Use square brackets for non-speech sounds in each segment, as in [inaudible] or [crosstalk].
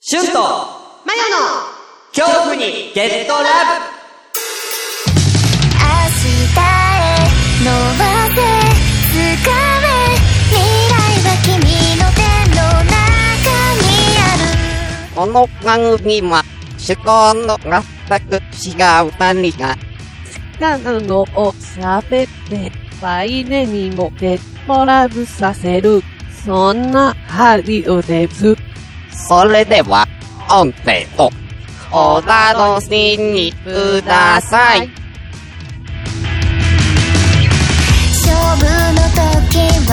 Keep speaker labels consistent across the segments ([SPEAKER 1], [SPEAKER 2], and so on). [SPEAKER 1] シュンと
[SPEAKER 2] マヨの
[SPEAKER 1] 恐怖にゲッ
[SPEAKER 3] 明日へ
[SPEAKER 1] トラブ
[SPEAKER 3] 伸ばせ掴め未来は君の手の中にある
[SPEAKER 4] この番組は、趣向の全く違う何が、
[SPEAKER 5] なのを喋って、ワイネにもデッドラブさせる。そんなハリオです。
[SPEAKER 4] それでは、音程と、お楽しみください。
[SPEAKER 3] 勝負の時は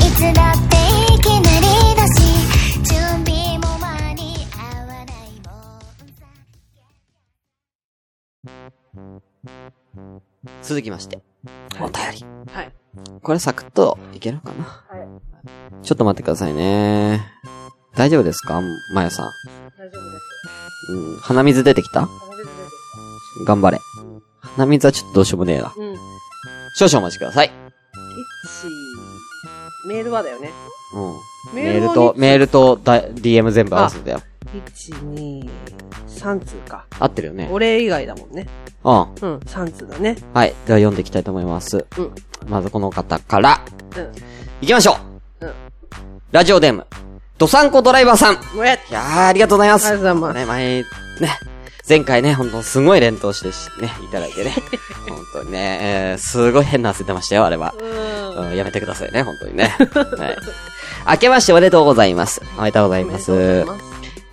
[SPEAKER 3] いつだっていきなりだし準備も間に合わないもんさ
[SPEAKER 1] 続きまして、お便り。
[SPEAKER 5] はい。
[SPEAKER 1] これサクッといけるかなちょっと待ってくださいね。大丈夫ですかまよさん。
[SPEAKER 5] 大丈夫です。
[SPEAKER 1] うん、鼻水出てきた頑張れ。鼻水はちょっとどうしようもねえな。
[SPEAKER 5] うん。一、
[SPEAKER 1] 少々お待ちください。
[SPEAKER 5] メールはだよね。
[SPEAKER 1] うん。
[SPEAKER 5] メ
[SPEAKER 1] メールと、メールとだ DM 全部合わせてよ。
[SPEAKER 5] 一、二、三通か。
[SPEAKER 1] 合ってるよね。うん。
[SPEAKER 5] 俺以外だもんね。
[SPEAKER 1] は
[SPEAKER 5] うん、三通だね。
[SPEAKER 1] い。では読んでいきたいと思います。
[SPEAKER 5] うん。
[SPEAKER 1] まずこの方から、
[SPEAKER 5] うん。
[SPEAKER 1] 行きましょう、
[SPEAKER 5] うん
[SPEAKER 1] ラジオデーム、ドサンコドライバーさんい
[SPEAKER 5] もやっ
[SPEAKER 1] やー、ありがとうございます
[SPEAKER 5] ありがとうございます
[SPEAKER 1] ね、前、ね、前回ね、ほんとすごい連投してしね、いただいて [laughs] ね。ほんとにね、えー、すごい変な汗出ましたよ、あれは。
[SPEAKER 5] うん。
[SPEAKER 1] うんやめてくださいね、本当
[SPEAKER 5] [laughs]
[SPEAKER 1] にね。はい。明けましておめでとうございます。おめでとうございます。
[SPEAKER 5] おめでとうございます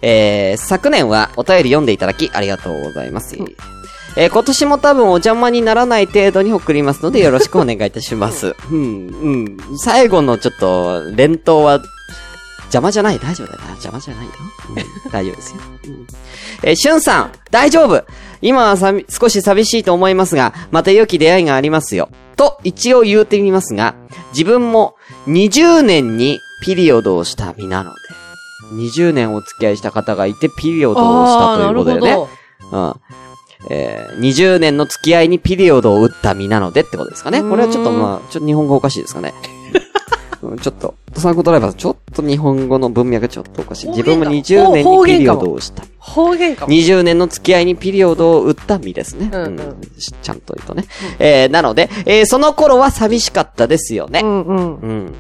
[SPEAKER 1] えー、昨年はお便り読んでいただきありがとうございます。えー、今年も多分お邪魔にならない程度に送りますのでよろしくお願いいたします。 [laughs] うん、うん。最後のちょっと、連投は、邪魔じゃない大丈夫だよな。邪魔じゃないよ。うん大丈夫ですよ。うんえー、しゅんさん、大丈夫今はさみ、少し寂しいと思いますが、また良き出会いがありますよ。と、一応言うてみますが、自分も20年にピリオドをした身なので、20年お付き合いした方がいてピリオドをしたということでね。
[SPEAKER 5] あーなるほど
[SPEAKER 1] うん。えー、20年の付き合いにピリオドを打った身なのでってことですかね。これはちょっと
[SPEAKER 5] うーん
[SPEAKER 1] まあ、ちょっと日本語おかしいですか
[SPEAKER 5] [laughs]
[SPEAKER 1] ね。うんちょっと、サンコドライバーさん、ちょっと日本語の文脈ちょっとおかしい。
[SPEAKER 5] 方
[SPEAKER 1] 自分
[SPEAKER 5] 言
[SPEAKER 1] も
[SPEAKER 5] かも
[SPEAKER 1] 20年
[SPEAKER 5] 方
[SPEAKER 1] にピ
[SPEAKER 5] 言
[SPEAKER 1] リ
[SPEAKER 5] か
[SPEAKER 1] オ
[SPEAKER 5] も
[SPEAKER 1] ドをした。
[SPEAKER 5] 方言かも。
[SPEAKER 1] 20年の付き合いにピリオドを打った身ですね。
[SPEAKER 5] うんうん
[SPEAKER 1] しちゃんと言うとね。えー、なので、えー、その頃は寂しかったですよね
[SPEAKER 5] う。んうん。
[SPEAKER 1] うん。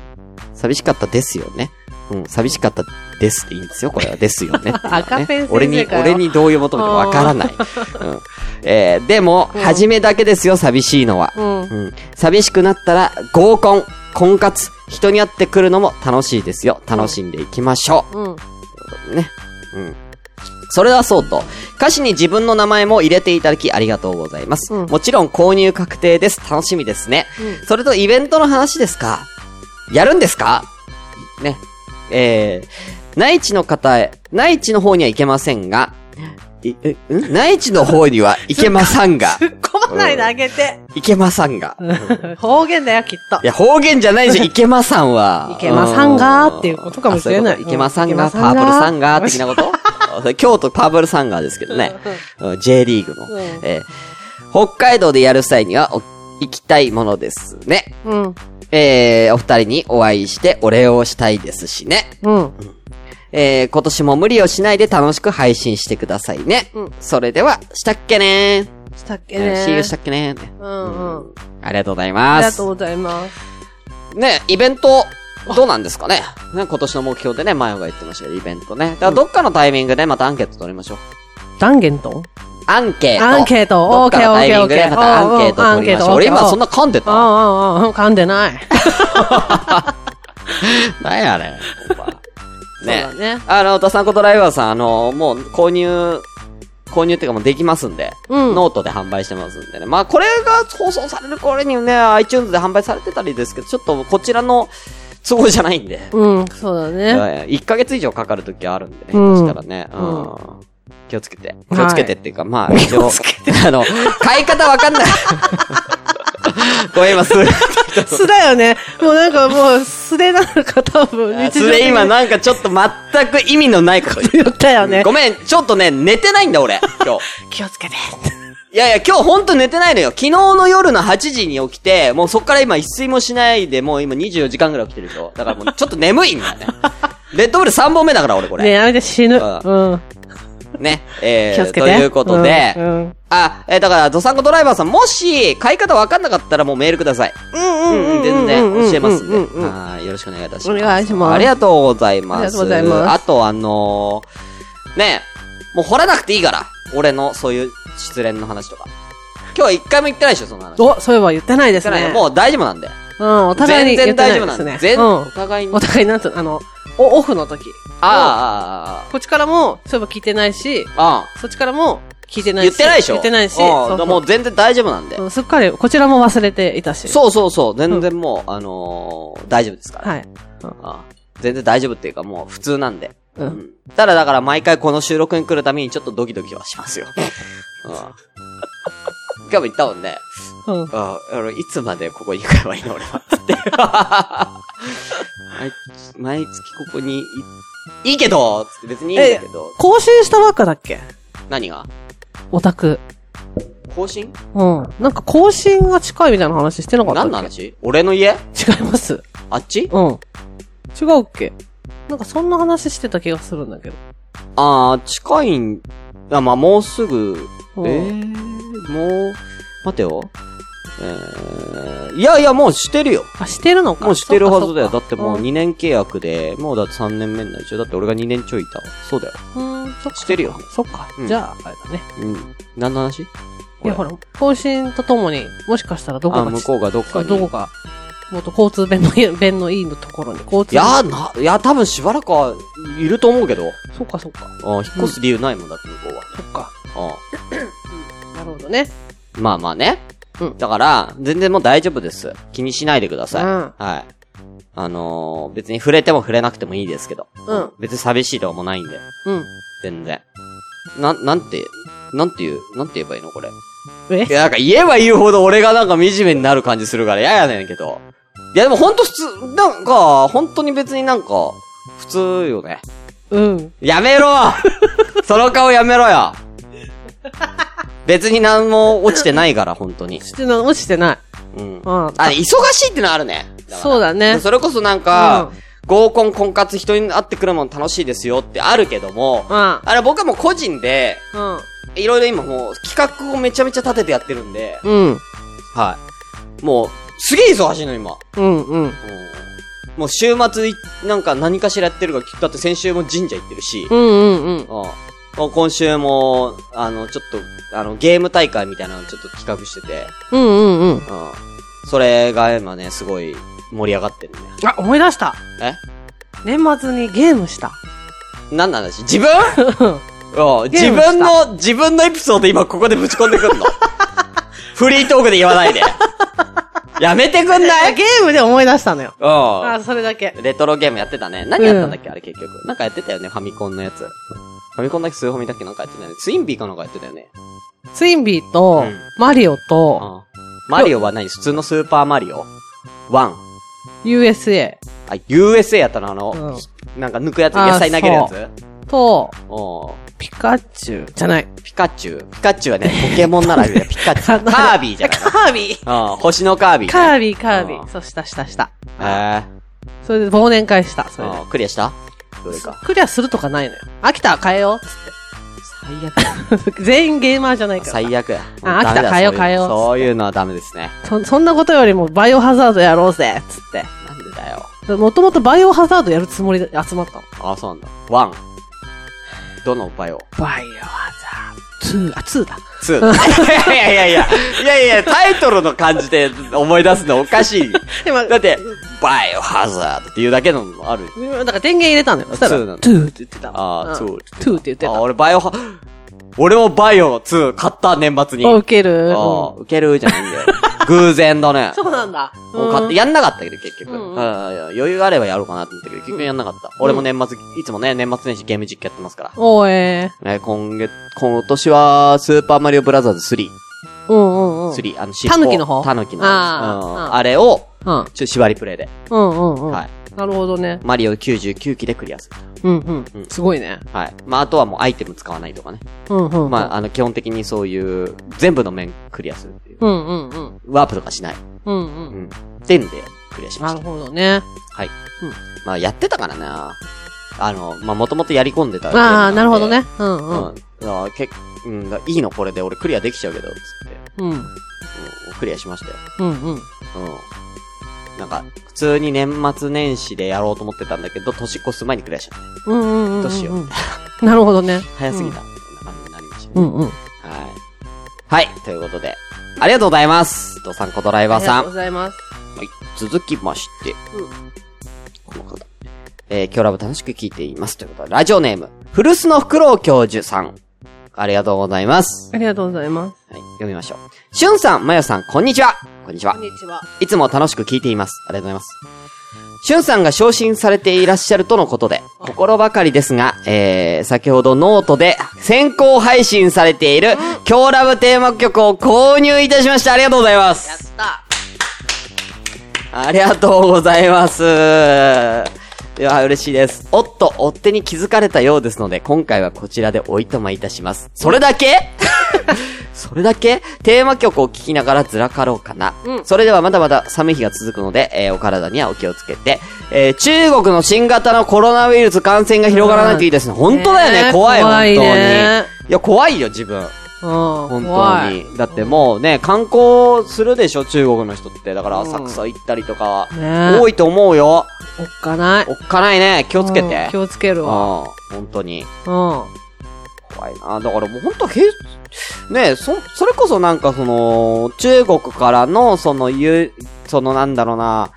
[SPEAKER 1] 寂しかったですよね。うん、寂しかったですっていいんですよ、これは。ですよねっていうのはね。
[SPEAKER 5] [laughs] 赤ペン先生かよ
[SPEAKER 1] 俺に、俺に同意を求めてもわから
[SPEAKER 5] [laughs]
[SPEAKER 1] ない。うん。えー、でも、
[SPEAKER 5] うん
[SPEAKER 1] 初めだけですよ、寂しいのは。
[SPEAKER 5] うん。
[SPEAKER 1] うん。寂しくなったら、合コン、婚活、人に会ってくるのも楽しいですよ。楽しんでいきましょう。
[SPEAKER 5] うん。
[SPEAKER 1] ね。うん。それはそうと、歌詞に自分の名前も入れていただきありがとうございます。
[SPEAKER 5] うん
[SPEAKER 1] もちろん購入確定です。楽しみですね。
[SPEAKER 5] う
[SPEAKER 1] それとイベントの話ですかやるんですかね。えー、内地の方へ、内地の方には行けませんが、いえん内地の方には行けまさんが、
[SPEAKER 5] 突っ込まないであげて。
[SPEAKER 1] 行けまさんが。
[SPEAKER 5] [laughs] 方言だよ、きっと
[SPEAKER 1] い。や、方言じゃ
[SPEAKER 5] [laughs]
[SPEAKER 1] ないし、いけまさんは。
[SPEAKER 5] いけまさんがーっていうことかもしれない
[SPEAKER 1] あそううこといけまさん
[SPEAKER 5] うん
[SPEAKER 1] が、
[SPEAKER 5] いけ
[SPEAKER 1] パ
[SPEAKER 5] まさ
[SPEAKER 1] ー
[SPEAKER 5] ん
[SPEAKER 1] プ
[SPEAKER 5] が
[SPEAKER 1] ルさんが、
[SPEAKER 5] ー
[SPEAKER 1] 的なことそれ京都パープルさんがですけどね。うん J リーグの
[SPEAKER 5] うん。
[SPEAKER 1] えー北海道でやる際には、お行きたいものですね。
[SPEAKER 5] うん。
[SPEAKER 1] えー、お二人にお会いしてお礼をしたいですしね。
[SPEAKER 5] うん。
[SPEAKER 1] えー、今年も無理をしないで楽しく配信してくださいね。
[SPEAKER 5] うん
[SPEAKER 1] それでは、したっけね
[SPEAKER 5] したっけ
[SPEAKER 1] ー。え
[SPEAKER 5] ね
[SPEAKER 1] ー、
[SPEAKER 5] ー。
[SPEAKER 1] See you したっけねー。
[SPEAKER 5] うんうん。
[SPEAKER 1] ありがとうござい
[SPEAKER 5] あり
[SPEAKER 1] ま
[SPEAKER 5] が
[SPEAKER 1] す
[SPEAKER 5] とう。ございます。
[SPEAKER 1] ね、イベント、どうなんですかねね今年の目標でね、前が言ってましたけど、イベントね。だからどっかのタイミングでまたアンケート取りましょう。
[SPEAKER 5] 断言と
[SPEAKER 1] アンケート。
[SPEAKER 5] アンケート。
[SPEAKER 1] ど
[SPEAKER 5] オ
[SPEAKER 1] っ
[SPEAKER 5] ーケ
[SPEAKER 1] か
[SPEAKER 5] ー
[SPEAKER 1] の
[SPEAKER 5] オ
[SPEAKER 1] タ
[SPEAKER 5] ー
[SPEAKER 1] イ
[SPEAKER 5] ケ
[SPEAKER 1] ミ
[SPEAKER 5] ー
[SPEAKER 1] ン
[SPEAKER 5] オ
[SPEAKER 1] グ
[SPEAKER 5] ーケ
[SPEAKER 1] で
[SPEAKER 5] ー。
[SPEAKER 1] またアンケート取りましょう。俺今そんな噛んで
[SPEAKER 5] う
[SPEAKER 1] た
[SPEAKER 5] んうんうん。噛んでない。
[SPEAKER 1] 何やあれ。ほんまね
[SPEAKER 5] そうだね
[SPEAKER 1] あの、ドサンコドライバーさん、あの、もう購入、購入っていうかもうできますんで、
[SPEAKER 5] うん
[SPEAKER 1] ノートで販売してますんでね。まあこれが放送される頃にね、iTunes で販売されてたりですけど、ちょっとこちらの都合じゃないんで。
[SPEAKER 5] うん、そうだね。
[SPEAKER 1] え1ヶ月以上かかる時はあるんでね。
[SPEAKER 5] うん
[SPEAKER 1] そしたらね、うん
[SPEAKER 5] う
[SPEAKER 1] 気をつけて。
[SPEAKER 5] い
[SPEAKER 1] 気をつけてっていうか、
[SPEAKER 5] [laughs]
[SPEAKER 1] まあ、一応、あの、買い方わかんない。ごめん、今、す、
[SPEAKER 5] 素だよね。もうなんかもう素でなのか多分。日
[SPEAKER 1] す
[SPEAKER 5] 常的
[SPEAKER 1] で
[SPEAKER 5] に
[SPEAKER 1] 今なんかちょっと全く意味のないこと言っ
[SPEAKER 5] 言ったよ [laughs] ね
[SPEAKER 1] ご。めん、ちょっとね、寝てないん
[SPEAKER 5] [laughs]
[SPEAKER 1] だ、俺。今日。
[SPEAKER 5] 気をつけて。
[SPEAKER 1] いやいや、今日ほんと寝てないのよ。昨日の夜の8時に起きて、もうそっから今一睡もしないで、もう今24時間ぐらい起きてるでしょ。だからもうちょっと眠いんだよね。
[SPEAKER 5] [laughs]
[SPEAKER 1] レッドブル3本目だから、俺こ
[SPEAKER 5] ねえ
[SPEAKER 1] れ。
[SPEAKER 5] やめて死ぬ。う
[SPEAKER 1] あ
[SPEAKER 5] ん。
[SPEAKER 1] ね。え
[SPEAKER 5] 気をつ
[SPEAKER 1] ー、
[SPEAKER 5] けて。
[SPEAKER 1] ということで
[SPEAKER 5] う、んうん
[SPEAKER 1] あ、えー、だから、ドサンコドライバーさん、もし、買い方わかんなかったらもうメールください。
[SPEAKER 5] うんうんうんうん。
[SPEAKER 1] 全然教えますんで。
[SPEAKER 5] うんうんうん
[SPEAKER 1] はい。よろしくお願いいたし
[SPEAKER 5] お
[SPEAKER 1] ます。
[SPEAKER 5] 願いします
[SPEAKER 1] ありがとうございます。
[SPEAKER 5] ありがとうございます
[SPEAKER 1] あと、あのー、ねえ、もう掘らなくていいから。俺の、そういう失恋の話とか。今日は一回も言ってないでしょ、その話。言っ
[SPEAKER 5] お、そういえば言ってないです
[SPEAKER 1] てない
[SPEAKER 5] ね。
[SPEAKER 1] もう大丈夫なんで。
[SPEAKER 5] うん、お互いに
[SPEAKER 1] 全
[SPEAKER 5] 言
[SPEAKER 1] 然
[SPEAKER 5] ってな
[SPEAKER 1] 大
[SPEAKER 5] い
[SPEAKER 1] 丈夫
[SPEAKER 5] で
[SPEAKER 1] なん
[SPEAKER 5] す
[SPEAKER 1] で。
[SPEAKER 5] ね。
[SPEAKER 1] 全、
[SPEAKER 5] う
[SPEAKER 1] お
[SPEAKER 5] ん。
[SPEAKER 1] 互いに。
[SPEAKER 5] お
[SPEAKER 1] あ
[SPEAKER 5] 互いなんと、あの、おオフの時。
[SPEAKER 1] あ、
[SPEAKER 5] こっちからも、そういえば聞いてないし、
[SPEAKER 1] ああ、ああ。
[SPEAKER 5] そっちからも聞いてないし。
[SPEAKER 1] 言ってないでしょ
[SPEAKER 5] 言ってないし。
[SPEAKER 1] うん
[SPEAKER 5] そうそう
[SPEAKER 1] もう全然大丈夫なんで
[SPEAKER 5] う。んすっかり、こちらも忘れていたし。
[SPEAKER 1] そうそうそう。全然もう、あのー、大丈夫ですから。
[SPEAKER 5] はい。
[SPEAKER 1] あ全然大丈夫っていうかもう普通なんで。
[SPEAKER 5] うん
[SPEAKER 1] うんただだから毎回この収録に来るためにちょっとドキドキはし
[SPEAKER 5] [laughs]
[SPEAKER 1] ますよ。うん。今日も言ったもんね。
[SPEAKER 5] うん。
[SPEAKER 1] あ俺いつまでここに行けばいいの俺は。
[SPEAKER 5] [laughs]
[SPEAKER 1] つって。毎毎月ここにい、いいけどつって別にいいんだけど。
[SPEAKER 5] 更新したばっかだっけ
[SPEAKER 1] 何が
[SPEAKER 5] オタク。
[SPEAKER 1] 更新
[SPEAKER 5] うん。なんか更新が近いみたいな話してなかったっ
[SPEAKER 1] 何
[SPEAKER 5] け
[SPEAKER 1] の話俺の家
[SPEAKER 5] 違います。
[SPEAKER 1] あっち
[SPEAKER 5] うん。違うっけなんかそんな話してた気がするんだけど。
[SPEAKER 1] ああ、近いん、あ、まあ、もうすぐ、え
[SPEAKER 5] うん
[SPEAKER 1] ー、もう、待てよ。えー、いやいや、もうしてるよ。
[SPEAKER 5] あ、してるのか
[SPEAKER 1] もうしてるはずだよ。
[SPEAKER 5] そ
[SPEAKER 1] だ
[SPEAKER 5] っ
[SPEAKER 1] って
[SPEAKER 5] か
[SPEAKER 1] もう2年契約で、もうだって3年目になるでしょ。だって俺が2年ちょいいたわ。そうだよ。
[SPEAKER 5] そっかうん、うんそっか
[SPEAKER 1] してるよ。
[SPEAKER 5] そっか
[SPEAKER 1] う。ん
[SPEAKER 5] じゃあ、あれだね。
[SPEAKER 1] うん。何の話
[SPEAKER 5] いや、ほ
[SPEAKER 1] ら。
[SPEAKER 5] ら、更新とともに、もしかしたらどこ
[SPEAKER 1] あ、
[SPEAKER 5] か
[SPEAKER 1] 向
[SPEAKER 5] ち、
[SPEAKER 1] こうがどっかに。
[SPEAKER 5] どこか、もっと交通便の [laughs] いい、便のいいのところに、交通
[SPEAKER 1] いや、な、いや、多分しばらくはいると思うけど。
[SPEAKER 5] そっかそっか。
[SPEAKER 1] あ引っ越す理由ないもんだって向こ
[SPEAKER 5] そっか。
[SPEAKER 1] うは。
[SPEAKER 5] なるほどね。
[SPEAKER 1] あまあまあね。
[SPEAKER 5] うん
[SPEAKER 1] だから、全然もう大丈夫です。気にしないでください。
[SPEAKER 5] うん
[SPEAKER 1] はい。あのー、別に触れても触れなくてもいいですけど。
[SPEAKER 5] うん
[SPEAKER 1] 別に寂しいとかもないんで。
[SPEAKER 5] うん。
[SPEAKER 1] 全然。な、なんて、なんて言う、なんて言えばいいのこれ。
[SPEAKER 5] え
[SPEAKER 1] いや、なんか言えば言うほど俺がなんか惨めになる感じするから嫌やねんけど。いや、でもほんと普通、なんか、本当に別になんか、普通よね。
[SPEAKER 5] うん。
[SPEAKER 1] やめろ
[SPEAKER 5] [laughs]
[SPEAKER 1] その顔やめろよ別に何も落ちてないから、本当に。
[SPEAKER 5] してな、落ちてない。
[SPEAKER 1] うん。
[SPEAKER 5] うん
[SPEAKER 1] あ、忙しいってのはあるね。だから
[SPEAKER 5] そうだね。
[SPEAKER 1] それこそなんか、合コン婚活人に会ってくるもの楽しいですよってあるけども、
[SPEAKER 5] うん。
[SPEAKER 1] あれ僕はもう個人で、
[SPEAKER 5] うん。
[SPEAKER 1] いろいろ今もう企画をめちゃめちゃ立ててやってるんで、
[SPEAKER 5] うん。
[SPEAKER 1] はい。もう、すげえ忙しいの今。
[SPEAKER 5] うん。うん。
[SPEAKER 1] もう週末い、なんか何かしらやってるから、だって先週も神社行ってるし、
[SPEAKER 5] うん。うん。うん。
[SPEAKER 1] うんもう今週も、あの、ちょっと、あの、ゲーム大会みたいなのをちょっと企画してて、
[SPEAKER 5] うん。うん。う
[SPEAKER 1] う
[SPEAKER 5] ん。
[SPEAKER 1] ん。それが今ね、すごい盛り上がってるね。
[SPEAKER 5] あ、思い出した。
[SPEAKER 1] え
[SPEAKER 5] 年末にゲーム [laughs] した。
[SPEAKER 1] 何なんだし、自分 [laughs] うん
[SPEAKER 5] ゲー
[SPEAKER 1] 自
[SPEAKER 5] ムした
[SPEAKER 1] 分の、自分のエピソード今ここでぶち込んでくん
[SPEAKER 5] [laughs]
[SPEAKER 1] のフリートークで言わないで。やめてくんな
[SPEAKER 5] あ
[SPEAKER 1] い
[SPEAKER 5] ゲームで思い出したのよ。あ、
[SPEAKER 1] う
[SPEAKER 5] それだけ。
[SPEAKER 1] ん。レトロゲームやってたね。何やったんだっけ、あれ結局。なんかやってたよね、ファミコンのやつ。ファミコンだっけ、スーファミだっけなんかやってたよね。ツインビーかなんかやってたよね。
[SPEAKER 5] ツインビーと、
[SPEAKER 1] うん
[SPEAKER 5] マリオと、
[SPEAKER 1] あマリオは何普通のスーパーマリオ ?1。
[SPEAKER 5] USA
[SPEAKER 1] あ、USA やったのあの、なんか抜くやつ、野菜投げるや
[SPEAKER 5] あ
[SPEAKER 1] つ
[SPEAKER 5] と、
[SPEAKER 1] お
[SPEAKER 5] ピカチュウじゃない。
[SPEAKER 1] ピカチュウ。ピカチュウはね、ポケモンならいい
[SPEAKER 5] [laughs]
[SPEAKER 1] やピカチュウ。カービィじゃない
[SPEAKER 5] カービィ
[SPEAKER 1] うん、星のカービィ。
[SPEAKER 5] カービィ、カービ
[SPEAKER 1] あー
[SPEAKER 5] ィ。そう、した、した、した。
[SPEAKER 1] へ
[SPEAKER 5] それで忘年会した、そ
[SPEAKER 1] え
[SPEAKER 5] れで。
[SPEAKER 1] うん。クリアしたどれか。
[SPEAKER 5] クリアするとかないのよ。飽きたら変えようっ
[SPEAKER 1] 最悪。
[SPEAKER 5] つって。 [laughs] 全員ゲーマーじゃないから。
[SPEAKER 1] 最悪や。
[SPEAKER 5] あ飽き
[SPEAKER 1] ダ
[SPEAKER 5] た
[SPEAKER 1] メだ
[SPEAKER 5] 変えよ
[SPEAKER 1] そうい
[SPEAKER 5] う
[SPEAKER 1] う
[SPEAKER 5] 変えよう
[SPEAKER 1] そういうのはダメですね。
[SPEAKER 5] そ、そんなことよりもバイオハザードやろうぜ、つって
[SPEAKER 1] なんでだよ。。
[SPEAKER 5] でもともとバイオハザードやるつもりで集まったの。
[SPEAKER 1] あ、そうなんだ。ワン。どのバイオ
[SPEAKER 5] バイオハザード2、あ、2だ。 [laughs]
[SPEAKER 1] ツー。いやいやいや、いやいや、タイトルの感じで思い出すのおかしい。
[SPEAKER 5] 今
[SPEAKER 1] だって、バイオハザードっていうだけのもある。
[SPEAKER 5] だから電源入れたのよ。そしたら、
[SPEAKER 1] 2なの
[SPEAKER 5] トゥーって言ってた。
[SPEAKER 1] あー
[SPEAKER 5] うん
[SPEAKER 1] 2
[SPEAKER 5] トゥーって言って
[SPEAKER 1] あ、
[SPEAKER 5] た。
[SPEAKER 1] 俺バイオハ、俺もバイオ2買った年末に。
[SPEAKER 5] お、ウケる。
[SPEAKER 1] ああ、ウケるじゃないんだよ。偶然だね。
[SPEAKER 5] [laughs] そうなんだ。
[SPEAKER 1] もう買って、やんなかったけど、結局。
[SPEAKER 5] う
[SPEAKER 1] うんん
[SPEAKER 5] うん
[SPEAKER 1] 余裕があればやろうかなと思ったけど、結局やんなかった。俺も年末、いつもね、年末年始ゲーム実況やってますから。
[SPEAKER 5] おーえ
[SPEAKER 1] ね、今月、今年は、スーパーマリオブラザーズ3。
[SPEAKER 5] ー。うんうんうん。
[SPEAKER 1] 3、あの、
[SPEAKER 5] 狸の方
[SPEAKER 1] タヌキの
[SPEAKER 5] あー
[SPEAKER 1] うん
[SPEAKER 5] うん
[SPEAKER 1] あれを、
[SPEAKER 5] うん。
[SPEAKER 1] ちょ、縛りプレイで。
[SPEAKER 5] うんうんうん。
[SPEAKER 1] はい。
[SPEAKER 5] なるほどね。
[SPEAKER 1] マリオ99期でクリアする。
[SPEAKER 5] うんうん
[SPEAKER 1] う。ん
[SPEAKER 5] すごいね。
[SPEAKER 1] はい。まあ、あとはもうアイテム使わないとかね。
[SPEAKER 5] うんうん。
[SPEAKER 1] まあ、あの、基本的にそういう、全部の面クリアするっていう。
[SPEAKER 5] うんうんうん。
[SPEAKER 1] ワープとかしない。
[SPEAKER 5] うん
[SPEAKER 1] う
[SPEAKER 5] うん。
[SPEAKER 1] ん。全でクリアしま
[SPEAKER 5] な
[SPEAKER 1] し
[SPEAKER 5] る
[SPEAKER 1] た。
[SPEAKER 5] ほどね。
[SPEAKER 1] まあ、やってたからな。あの、まあ、もともとやり込んでたゲームんで。
[SPEAKER 5] ああ、なるほどね。うん
[SPEAKER 1] う。
[SPEAKER 5] うんん。
[SPEAKER 1] あーけうん、だいいのこれで俺クリアできちゃうけど、つって。
[SPEAKER 5] うん。
[SPEAKER 1] うんクリアしましたよ。
[SPEAKER 5] うんう
[SPEAKER 1] う
[SPEAKER 5] ん。
[SPEAKER 1] ん。なんか、普通に年末年始でやろうと思ってたんだけど、年越す前にクリアしちゃった。
[SPEAKER 5] うんうんうんうん。
[SPEAKER 1] どうしよう。
[SPEAKER 5] なるほどね。
[SPEAKER 1] 早すぎた。みたいな感じになりました
[SPEAKER 5] う
[SPEAKER 1] ね。
[SPEAKER 5] んうん。
[SPEAKER 1] はい。はい、ということで。ありがとうございます。ドサンコドライ
[SPEAKER 5] あ
[SPEAKER 1] バーさん。
[SPEAKER 5] ございます。
[SPEAKER 1] はい。続きまして。この方。えー、今日ラブ楽しく聞いています。ということで、ラジオネーム、古巣のフクロウ教授さん。ありがとうございます。
[SPEAKER 5] ありがとうございます。
[SPEAKER 1] はい、読みましょう。しゅんさん、まよさん、こんにちは。こんにちは。
[SPEAKER 5] にちは。
[SPEAKER 1] いつも楽しく聞いています。ありがとうございます。しゅんさんが昇進されていらっしゃるとのことで、心ばかりですが、えー、先ほどノートで先行配信されている、今日ラブテーマ曲を購入いたしました。ありがとうございます。
[SPEAKER 5] やった
[SPEAKER 1] ありがとうございます。いや、嬉しいです。おっと、追っ手に気づかれたようですので、今回はこちらでおいとまいたします。それだけ [laughs] それだけテーマ曲を聴きながらずらかろうかな。
[SPEAKER 5] うん
[SPEAKER 1] それではまだまだ寒い日が続くので、えーお体にはお気をつけて、えー中国の新型のコロナウイルス感染が広がらないといいですね。本当だよね、
[SPEAKER 5] ねえ
[SPEAKER 1] 怖い、
[SPEAKER 5] 怖い
[SPEAKER 1] 本当に。
[SPEAKER 5] ね
[SPEAKER 1] いや、怖いよ、自分。
[SPEAKER 5] うん。
[SPEAKER 1] 本
[SPEAKER 5] 怖
[SPEAKER 1] 当
[SPEAKER 5] い。
[SPEAKER 1] に。だってもうね、観光するでしょ、中国の人って。だから、
[SPEAKER 5] うん
[SPEAKER 1] 浅草行ったりとか、
[SPEAKER 5] ねえ
[SPEAKER 1] 多いと思うよ。
[SPEAKER 5] おっかない。
[SPEAKER 1] おっかないね。気をつけて。
[SPEAKER 5] うん気
[SPEAKER 1] うん、
[SPEAKER 5] をつけるわ。
[SPEAKER 1] 本当に。
[SPEAKER 5] うん。
[SPEAKER 1] 怖いな。だからもう本当へ、ねえ、そ、それこそなんかその、中国からの、その、ゆ、そのなんだろうな、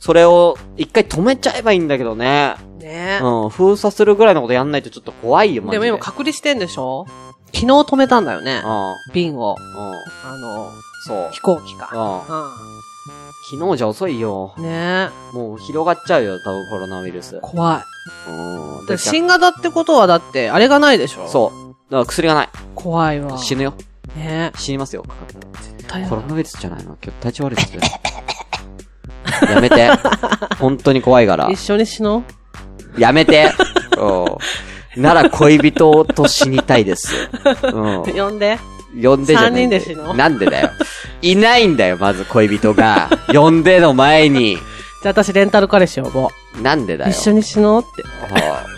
[SPEAKER 1] それを一回止めちゃえばいいんだけどね。
[SPEAKER 5] ね
[SPEAKER 1] うん、封鎖するぐらいのことやんないとちょっと怖いよ、マジ
[SPEAKER 5] で
[SPEAKER 1] で。
[SPEAKER 5] も今隔離してんでしょ昨日止めたんだよね。
[SPEAKER 1] う
[SPEAKER 5] 瓶を。
[SPEAKER 1] ん、うん、
[SPEAKER 5] あの、
[SPEAKER 1] そう。
[SPEAKER 5] 飛行機
[SPEAKER 1] う
[SPEAKER 5] か。
[SPEAKER 1] ん。昨日じゃ遅いよ。
[SPEAKER 5] うん。ねえ。
[SPEAKER 1] もう広がっちゃうよ、多分コロナウイルス。
[SPEAKER 5] 怖い。
[SPEAKER 1] うん。
[SPEAKER 5] だから
[SPEAKER 1] で
[SPEAKER 5] 新型ってことはだって、あれがないでしょう。
[SPEAKER 1] そう。だから薬がない。
[SPEAKER 5] 怖いわ。
[SPEAKER 1] 死ぬよ。
[SPEAKER 5] ね
[SPEAKER 1] 死にますよ。かかったら
[SPEAKER 5] え。大
[SPEAKER 1] [laughs] コ
[SPEAKER 5] 変
[SPEAKER 1] ロナウイルスじゃないの今日体調悪いですよ。 [laughs] やめて。本当に怖いから
[SPEAKER 5] 一。緒に死の
[SPEAKER 1] やめ
[SPEAKER 5] [laughs]
[SPEAKER 1] て。うん。なら恋人と死にたいです。うん
[SPEAKER 5] う。呼んで。
[SPEAKER 1] 呼んでじゃないんだよ
[SPEAKER 5] 三人で死のう
[SPEAKER 1] なんでだよ。いないんだよ、まず恋人が。呼んでの前に。
[SPEAKER 5] じゃあ私レンタル彼氏呼ぼ
[SPEAKER 1] なんでだ
[SPEAKER 5] う。
[SPEAKER 1] よ。
[SPEAKER 5] 一緒に死のうっ
[SPEAKER 1] う
[SPEAKER 5] て。
[SPEAKER 1] ん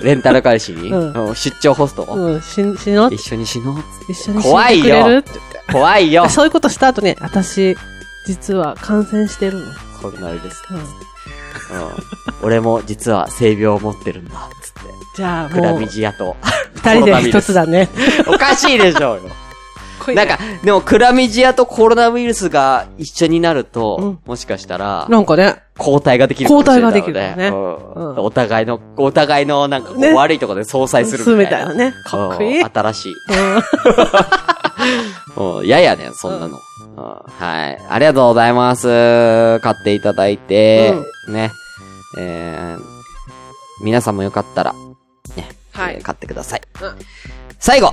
[SPEAKER 1] レンタル彼氏に、
[SPEAKER 5] うん
[SPEAKER 1] うん出張ホスト、
[SPEAKER 5] うん、死、死のうって
[SPEAKER 1] 一緒に死のうっつって
[SPEAKER 5] 一緒に死んでくれ
[SPEAKER 1] 怖い
[SPEAKER 5] る
[SPEAKER 1] よ
[SPEAKER 5] って言って。
[SPEAKER 1] 怖いよ
[SPEAKER 5] そういうことした後に、私、実は感染してるの。
[SPEAKER 1] コロナウイルス。
[SPEAKER 5] うん。
[SPEAKER 1] うん。俺も実は性病を持ってるんだ、つって。
[SPEAKER 5] じゃあ
[SPEAKER 1] クラ
[SPEAKER 5] もう、
[SPEAKER 1] ミ
[SPEAKER 5] 二
[SPEAKER 1] ジアと。
[SPEAKER 5] 人で一つだね。
[SPEAKER 1] おかしいでしょう
[SPEAKER 5] [laughs]
[SPEAKER 1] よ。なんか、でもクラミジアとコロナウイルスが一緒になると、もしかしたら、
[SPEAKER 5] なんかね、
[SPEAKER 1] 抗体ができるかも
[SPEAKER 5] 抗
[SPEAKER 1] しれな
[SPEAKER 5] 体
[SPEAKER 1] いので。
[SPEAKER 5] ができるからね
[SPEAKER 1] うん
[SPEAKER 5] うん
[SPEAKER 1] お互いの、お互いのなんかこう
[SPEAKER 5] ね
[SPEAKER 1] 悪いところで相殺するみたいな。
[SPEAKER 5] すみたいなねかっこいい
[SPEAKER 1] うん新しい。うん、ややね、そんなの、うんはい。ありがとうございます。買っていただいて、ね。えー、皆さんもよかったら、ね。
[SPEAKER 5] はい
[SPEAKER 1] えー買ってください。
[SPEAKER 5] うん
[SPEAKER 1] 最後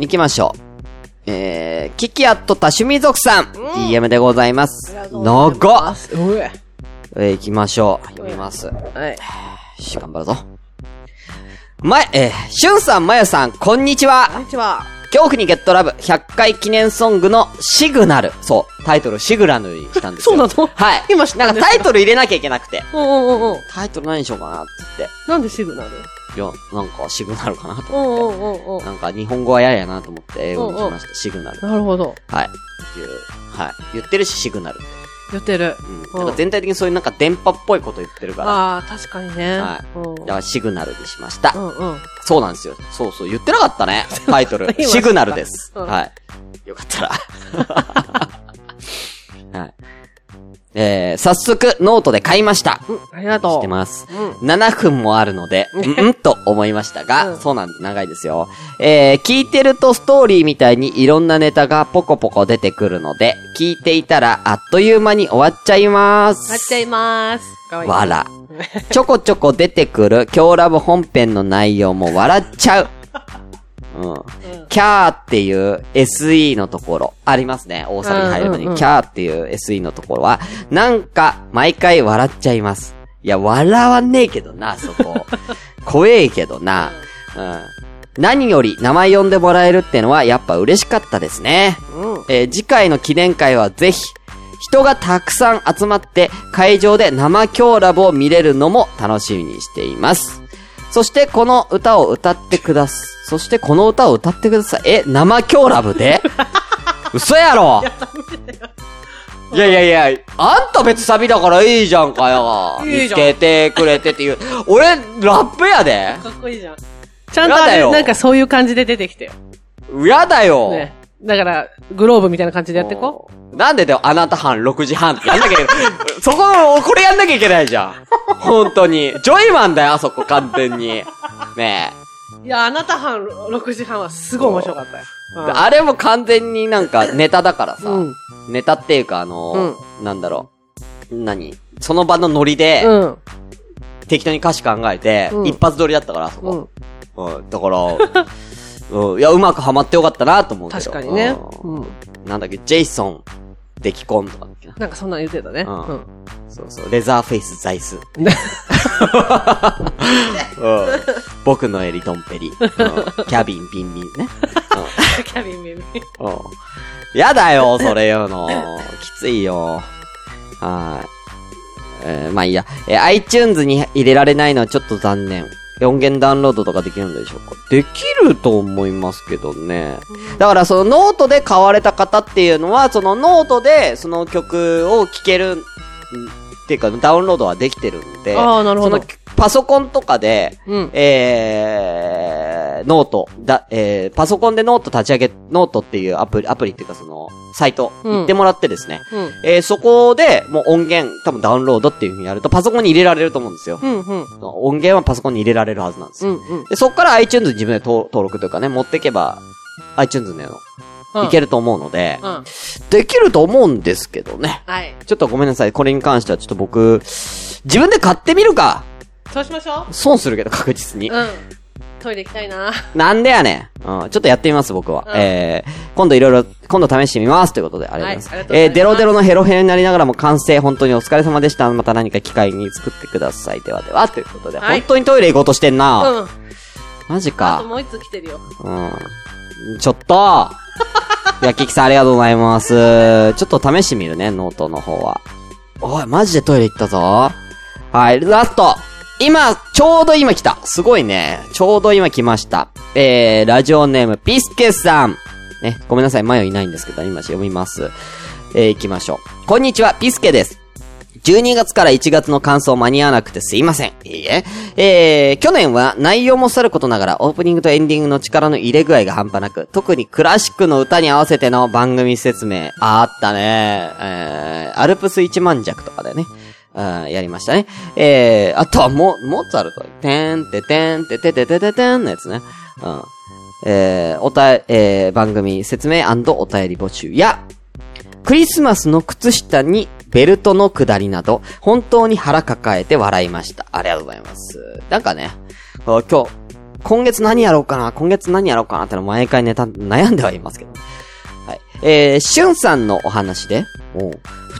[SPEAKER 1] 行きましょう。えー、キキアット多趣味族さん、
[SPEAKER 5] ん
[SPEAKER 1] DM でございます。長っ
[SPEAKER 5] すごい。は
[SPEAKER 1] えー、行きましょう。読みます。
[SPEAKER 5] い。
[SPEAKER 1] よし、頑張るぞ。ま、えー、しゅんさん、まゆさん、こんにちは。
[SPEAKER 5] こんにちは。
[SPEAKER 1] 恐怖にゲットラブ100回記念ソングのシグナル。そう。タイトルシグラルにしたんです
[SPEAKER 5] そう
[SPEAKER 1] よ。
[SPEAKER 5] なの
[SPEAKER 1] はい。
[SPEAKER 5] 今知った
[SPEAKER 1] なんか
[SPEAKER 5] んです
[SPEAKER 1] タ
[SPEAKER 5] か
[SPEAKER 1] イトル入れなきゃいけなくて。
[SPEAKER 5] うんうんうんうん。
[SPEAKER 1] タイトル何にしようかなって
[SPEAKER 5] なんでシグナル
[SPEAKER 1] 言って。いや、なんかシグナルかなと
[SPEAKER 5] う
[SPEAKER 1] 思
[SPEAKER 5] ん
[SPEAKER 1] っ
[SPEAKER 5] う
[SPEAKER 1] て。
[SPEAKER 5] んうんうん。
[SPEAKER 1] なんか日本語はややなと思って英語にしました。シグナル。
[SPEAKER 5] なるほど。
[SPEAKER 1] はい。っていう。はい。言ってるし、シグナル。
[SPEAKER 5] 言ってる。
[SPEAKER 1] うん。
[SPEAKER 5] うん
[SPEAKER 1] なんか全体的にそういうなんか電波っぽいこと言ってるから。
[SPEAKER 5] ああ、確かにね。
[SPEAKER 1] は
[SPEAKER 5] うん
[SPEAKER 1] だからシグナルにしました
[SPEAKER 5] う。んうん。
[SPEAKER 1] そうなんですよ。そうそう。言ってなかった
[SPEAKER 5] [laughs]
[SPEAKER 1] ね。タイトル
[SPEAKER 5] 今。知った
[SPEAKER 1] シグナルです。
[SPEAKER 5] うん
[SPEAKER 1] はい。よかったら。 [laughs] はい。えー、早速、ノートで買いました。
[SPEAKER 5] うん、ありが
[SPEAKER 1] 知
[SPEAKER 5] と
[SPEAKER 1] って
[SPEAKER 5] う。
[SPEAKER 1] ます。
[SPEAKER 5] うん。
[SPEAKER 1] 7分もあるので、うんうんと思いましたが、
[SPEAKER 5] うん
[SPEAKER 1] そうなん長いですよ。えー、聞いてるとストーリーみたいにいろんなネタがポコポコ出てくるので、聞いていたらあっという間に終わっちゃいます。
[SPEAKER 5] なっちゃいまーす。かわいい。
[SPEAKER 1] わら。ちょこちょこ出てくる、今日ラブ本編の内容も笑っちゃう。うん。キャーっていう SE のところ、ありますね。大阪に入るの
[SPEAKER 5] うんうんう
[SPEAKER 1] に。
[SPEAKER 5] ん
[SPEAKER 1] キャーっていう SE のところは、なんか、毎回笑っちゃいます。いや、笑わねえけどな、そ
[SPEAKER 5] [laughs]
[SPEAKER 1] こ。怖えけどな。うん。何より名前呼んでもらえるってのはやっぱ嬉しかったですね。
[SPEAKER 5] うん。
[SPEAKER 1] えー次回の記念会はぜひ、人がたくさん集まって会場で生今日ラブを見れるのも楽しみにしています。そしてこの歌を歌ってくだす。そしてこの歌を歌ってください。え、生今日ラブで [laughs] 嘘やろいやいやいや、あんた別サビだからいいじゃんかよ。
[SPEAKER 2] いい
[SPEAKER 1] 見
[SPEAKER 2] じ
[SPEAKER 1] つ
[SPEAKER 2] ゃん
[SPEAKER 1] けてくれてっていう。俺、ラップやで。
[SPEAKER 2] かっこいいじゃん。ちゃんとあ
[SPEAKER 1] やだ
[SPEAKER 2] れ、
[SPEAKER 1] よ
[SPEAKER 2] なんかそういう感じで出てきてよ。
[SPEAKER 1] やだよ。
[SPEAKER 2] ね。だから、グローブみたいな感じでやってこ
[SPEAKER 1] なんでだよ、あなた班6時半ってやんなきゃいけない。そこの、これやんなきゃいけないじゃん。本当に。ジョイマンだよ、あそこ完全に。ねえ。
[SPEAKER 2] う。いや、あなた班6時半はすごい面白かったよ。
[SPEAKER 1] あれも完全になんかネタだからさ。
[SPEAKER 2] うん
[SPEAKER 1] ネタっていうか、あのーなんだろう。何その場のノリで、
[SPEAKER 2] うん。うん。
[SPEAKER 1] 適当に歌詞考えて、
[SPEAKER 2] うん
[SPEAKER 1] 一発撮りだったから、あそ
[SPEAKER 2] うん
[SPEAKER 1] こ。。うん。だから、 [laughs] うん。いや、うまくハマってよかったなと思うんだよ
[SPEAKER 2] 確かにね。
[SPEAKER 1] う
[SPEAKER 2] うんん。
[SPEAKER 1] なんだっけ、ジェイソン、デキコンとかだっけな。
[SPEAKER 2] なんかそんなん言ってたね。
[SPEAKER 1] う
[SPEAKER 2] うんん。
[SPEAKER 1] そうそう、レザーフェイスザ
[SPEAKER 2] [laughs]
[SPEAKER 1] イス。うん [laughs] 僕の襟トンペリ。うんキャビンビンビンね。
[SPEAKER 2] キャビン耳。
[SPEAKER 1] うんやだよ、それ言うの。きついよ。はい。えーまあいいや。えー iTunes に入れられないのはちょっと残念。音源ダウンロードとかできるんでしょうかできると思いますけどね。だからそのノートで買われた方っていうのは、そのノートでその曲を聴ける、んっていうかダウンロードはできてるんで、
[SPEAKER 2] あーなるほど
[SPEAKER 1] そのパソコンとかで、
[SPEAKER 2] うん。
[SPEAKER 1] えー、ノート、だ、えー、パソコンでノート立ち上げ、ノートっていうアプリ、アプリっていうかその、サイト、
[SPEAKER 2] うん
[SPEAKER 1] 行ってもらってですね。
[SPEAKER 2] うん。
[SPEAKER 1] えー、そこで、もう音源、多分ダウンロードっていうふうにやると、パソコンに入れられると思うんですよ。
[SPEAKER 2] うん。うん。
[SPEAKER 1] 音源はパソコンに入れられるはずなんです
[SPEAKER 2] う
[SPEAKER 1] よ。
[SPEAKER 2] ん。うん。
[SPEAKER 1] で、そっから iTunes に自分で登登録というかね、持ってけば、iTunes の、いけ
[SPEAKER 2] る。
[SPEAKER 1] ると思うので、
[SPEAKER 2] うん。
[SPEAKER 1] できると思うんですけどね。
[SPEAKER 2] はい。
[SPEAKER 1] ちょっとごめんなさい。これに関してはちょっと僕、自分で買ってみるか
[SPEAKER 2] そうしましょ
[SPEAKER 1] 損するけど、確実に
[SPEAKER 2] う。。うん。トイレ行きたいな。
[SPEAKER 1] なんでやねん。うん、ちょっとやってみます、僕は。
[SPEAKER 2] うん
[SPEAKER 1] えー、今度いろいろ、今度試してみます。ということで、ありがとうございます。
[SPEAKER 2] はいあ
[SPEAKER 1] え
[SPEAKER 2] りが
[SPEAKER 1] ー、
[SPEAKER 2] と
[SPEAKER 1] デ
[SPEAKER 2] う
[SPEAKER 1] ロ
[SPEAKER 2] ござ
[SPEAKER 1] デ
[SPEAKER 2] います
[SPEAKER 1] ロのヘロヘロになりながらも完成、本当にお疲れ様でした。また何か機会に作ってください。ではでは、ということで、
[SPEAKER 2] はい
[SPEAKER 1] 本当にトイレ行こうとしてんな。
[SPEAKER 2] うん。
[SPEAKER 1] マジ
[SPEAKER 2] あと
[SPEAKER 1] か。
[SPEAKER 2] もう一つ来てるよ。
[SPEAKER 1] うん。ちょっと [laughs] 焼ききさんありがとうございます。ちょっと試してみるね、ノートの方は。おい、マジでトイレ行ったぞ。はい、ラスト今、ちょうど今来たすごいね。ちょうど今来ました。えー、ラジオネーム、ピスケさん。ね、ごめんなさい、マヨいないんですけど、今読みます。えー、行きましょう。こんにちは、ピスケです。12月から1月の感想間に合わなくてすいません。いいえ。えー、去年は内容もさることながらオープニングとエンディングの力の入れ具合が半端なく、特にクラシックの歌に合わせての番組説明、あったね。えー、アルプス一万弱とかでね。うんやりましたね。えー、あとはも、モーツァルト。てんててんててててててんのやつね。うん。えー、おたえ、えー、番組説明お便り募集や、クリスマスの靴下にベルトの下りなど、本当に腹抱えて笑いました。ありがとうございます。なんかね、あ今日、今月何やろうかな、今月何やろうかなっての毎回ネタ悩んではいますけど。はい。えー、しゅんさんのお話で、おう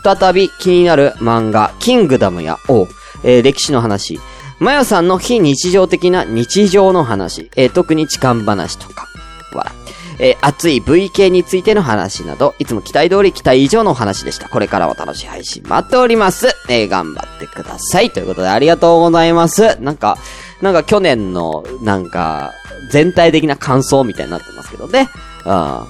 [SPEAKER 1] 再び気になる漫画、キングダムや、おうえー、歴史の話、まよさんの非日常的な日常の話、えー、特に痴漢話とか、笑えー熱い VK についての話など、いつも期待通り期待以上のお話でした。これからお楽しい配信待っております。えー頑張ってください。ということでありがとうございます。なんか、なんか去年の、なんか、全体的な感想みたいになってますけどね。うん。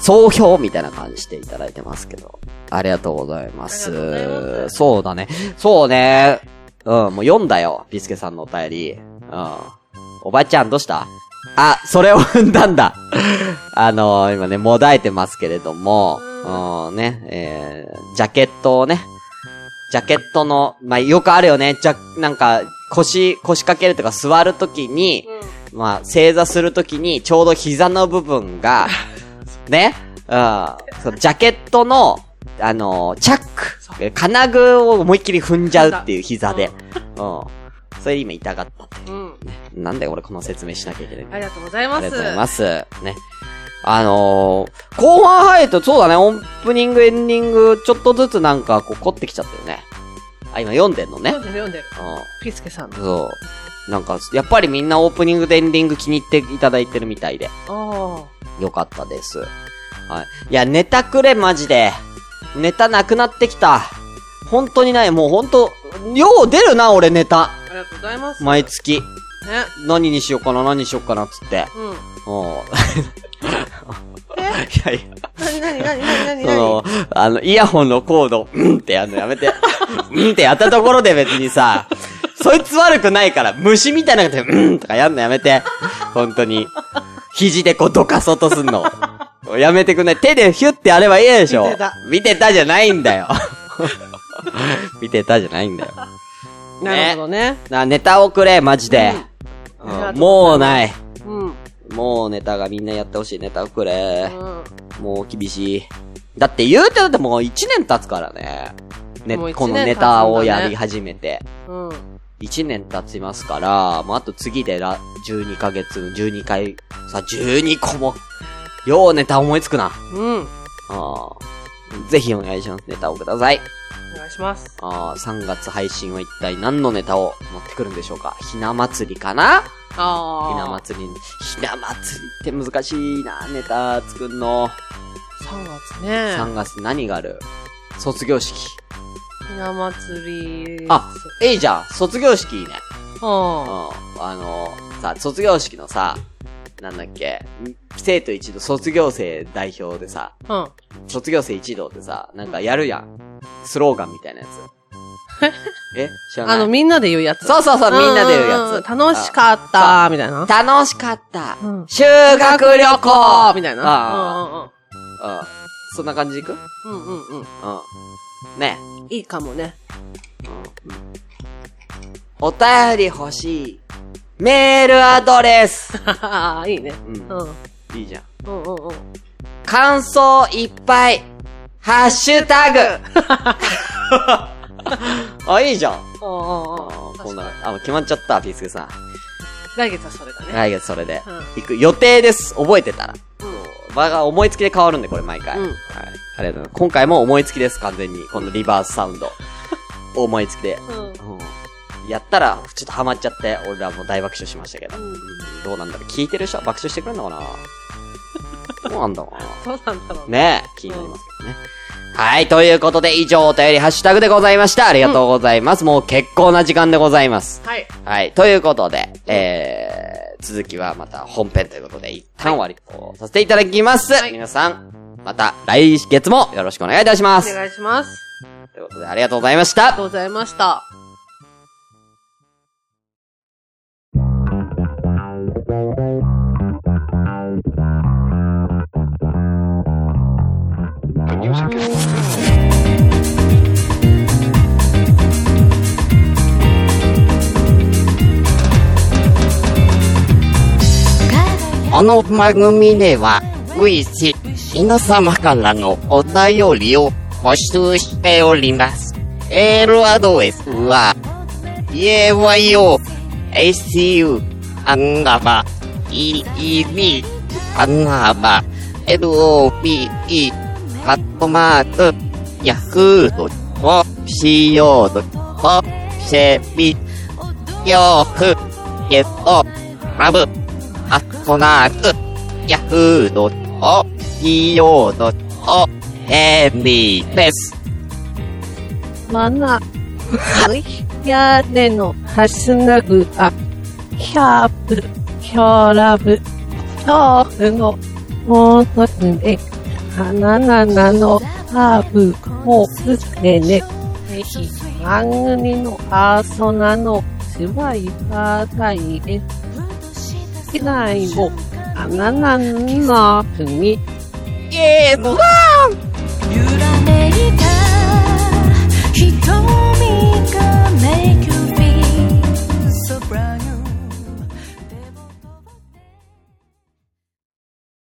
[SPEAKER 1] 総評みたいな感じしていただいてますけど。ありがとうございま
[SPEAKER 2] あ
[SPEAKER 1] す。
[SPEAKER 2] りがとうございます
[SPEAKER 1] そうだね。そうね。うん、もう読んだよ。ビスケさんのお便り。うん。おばちゃんどうしたあ、それを踏んだんだ。あのー今ね、もだえてますけれども、うん、ね、えー、ジャケットをね、ジャケットの、まあ、よくあるよね、じゃ、なんか、腰、腰掛けるとか座るときに、まあ、正座するときに、ちょうど膝の部分 [laughs] が、ね、うん、そうジャケットの、あのーチャック、金具を思いっきり踏んじゃうっていう膝で、うん。それ今痛かったって
[SPEAKER 2] うん。うん。
[SPEAKER 1] いう。なんで俺この説明しなきゃいけないの
[SPEAKER 2] ありがとうござい
[SPEAKER 1] あ
[SPEAKER 2] ます。
[SPEAKER 1] りがとうございます。ね。あのー、後半入ると、そうだね、オープニング、エンディング、ちょっとずつなんか、こう、凝ってきちゃったよね。あ、今読んでんのね
[SPEAKER 2] 読ん。でる読んでる。
[SPEAKER 1] う
[SPEAKER 2] ピスケさんの。
[SPEAKER 1] ん。そう。なんか、やっぱりみんなオープニングとエンディング気に入っていただいてるみたいで、
[SPEAKER 2] あ
[SPEAKER 1] よかったです。はい。いや、ネタくれ、マジで。ネタなくなってきた。本当にない、もう本当、よう出るな、俺ネタ。
[SPEAKER 2] あ。ありがとうございます。
[SPEAKER 1] 毎月。
[SPEAKER 2] ね。
[SPEAKER 1] 何にしようかな、何にしようかな、つって。
[SPEAKER 2] うん。
[SPEAKER 1] [laughs] おう
[SPEAKER 2] え
[SPEAKER 1] いやいや、
[SPEAKER 2] なになになになに
[SPEAKER 1] そ
[SPEAKER 2] なに
[SPEAKER 1] の、あの、イヤホンのコード、うんってやるのやめ
[SPEAKER 2] [laughs]
[SPEAKER 1] て。うんってやったところで別にさ、そいつ悪くないから、虫みたいなので、うんとかやんのやめて。本当に。肘でこうどかそうとすんの。やめてくんない。手でヒュってやればいいでしょ。
[SPEAKER 2] 見てた
[SPEAKER 1] 見てたじゃないんだ
[SPEAKER 2] [laughs]
[SPEAKER 1] よ。見てたじゃないんだよ。
[SPEAKER 2] [laughs] なるほどね。
[SPEAKER 1] な、ネタをくれ、マジ
[SPEAKER 2] ん
[SPEAKER 1] で。
[SPEAKER 2] ありがとうございます
[SPEAKER 1] もうない。
[SPEAKER 2] うん。うん。
[SPEAKER 1] もうネタがみんなやってほしいネタをくれ。もう厳しい。だって言うてだってもう1年経つからね。ね、
[SPEAKER 2] もう一年
[SPEAKER 1] この
[SPEAKER 2] 経つんだね
[SPEAKER 1] ネタをやり始めて。
[SPEAKER 2] うん。
[SPEAKER 1] 1年経ちますから、もうあと次でら12ヶ月、12回、さ、12個も、ようネタ思いつくな。
[SPEAKER 2] うん。
[SPEAKER 1] あーぜひお願いします。ネタをください。
[SPEAKER 2] お願いします。
[SPEAKER 1] あー3月配信は一体何のネタを持ってくるんでしょうかひな祭りかな
[SPEAKER 2] あ
[SPEAKER 1] ひな祭りに、ひな祭りって難しいな、ネタ作んの。
[SPEAKER 2] 3月ね。
[SPEAKER 1] 3月何がある卒業式。
[SPEAKER 2] ひな祭り。
[SPEAKER 1] あ、えいじゃん、卒業式いいね。うん
[SPEAKER 2] う。
[SPEAKER 1] あの、さ、卒業式のさ、なんだっけ、生徒一同、卒業生代表でさ、
[SPEAKER 2] ん。うん。
[SPEAKER 1] 卒業生一同ってさ、なんかやるやん。スローガンみたいなや [laughs] つ。え知らない
[SPEAKER 2] あの、みんなで言うやつ。
[SPEAKER 1] そうそうそう、みんなで言う
[SPEAKER 2] うん
[SPEAKER 1] や
[SPEAKER 2] うん楽しかったみたいな。
[SPEAKER 1] つ。楽しかった。
[SPEAKER 2] うん
[SPEAKER 1] 修学旅行
[SPEAKER 2] みたい
[SPEAKER 1] ああ、
[SPEAKER 2] な。
[SPEAKER 1] うんそんな感じでいくう。
[SPEAKER 2] うんうんうん。うんうんうん
[SPEAKER 1] ね
[SPEAKER 2] ん。いいかもね。
[SPEAKER 1] お便り欲しい。メールアドレス。
[SPEAKER 2] ああ、 [laughs] いいね。
[SPEAKER 1] う
[SPEAKER 2] うんん。うんうん
[SPEAKER 1] いいじゃん。
[SPEAKER 2] うんうん。
[SPEAKER 1] 感想いっぱい。ハッシュタグ。 [laughs] あ、いいじゃん。
[SPEAKER 2] ああ、ああ、
[SPEAKER 1] あこんな
[SPEAKER 2] 確かに、
[SPEAKER 1] あ、決まっちゃった、ピースケさ
[SPEAKER 2] 来月はそれだ
[SPEAKER 1] ん。
[SPEAKER 2] ね。
[SPEAKER 1] 来月それで。行く予定です。覚えてたら。場が思いつきで変わるんで、これ毎回。
[SPEAKER 2] うん
[SPEAKER 1] はい。ありがとうございます。今回も思いつきです、完全に。このリバースサウンド。思いつきで。
[SPEAKER 2] うん。うん。
[SPEAKER 1] うんやったら、ちょっとハマっちゃって、俺らも大爆笑しましたけど。どうなんだろう聞いてる人は爆笑してくれんのかなどうなんだろうな
[SPEAKER 2] そうなんだろうね。
[SPEAKER 1] ねえ、気になりますけどね。はい、ということで以上お便りハッシュタグでございました。ありがとうございます。もう結構な時間でございます。
[SPEAKER 2] はい。
[SPEAKER 1] はい、ということで、えー、続きはまた本編ということで一旦終わりとさせていただきます。皆さん、また来月もよろしくお願いいたしま
[SPEAKER 2] お
[SPEAKER 1] す。
[SPEAKER 2] 願いします。
[SPEAKER 1] ということでありがとうございまし
[SPEAKER 2] ありがと
[SPEAKER 1] た。
[SPEAKER 2] うございました。
[SPEAKER 4] この番組では、随時、皆様からのお便りを募集しております。メールアドレスは、yayo.hu アンダバ eed アンダバ lope カットマーク yahoo.co.jp よく、えっと、ラブ、アットナーク、ヤフードと、CO ドと、エビです。
[SPEAKER 5] マナ、いやでのハッシュタグは、キャープ、キョーラブ、キョープの、もう一つね、カナナナのハーブ、もうすでね、ぜひ、番組のパーソナの、シワイパータイへ、機内も、カナナナナ、ふみ、
[SPEAKER 4] イエーイ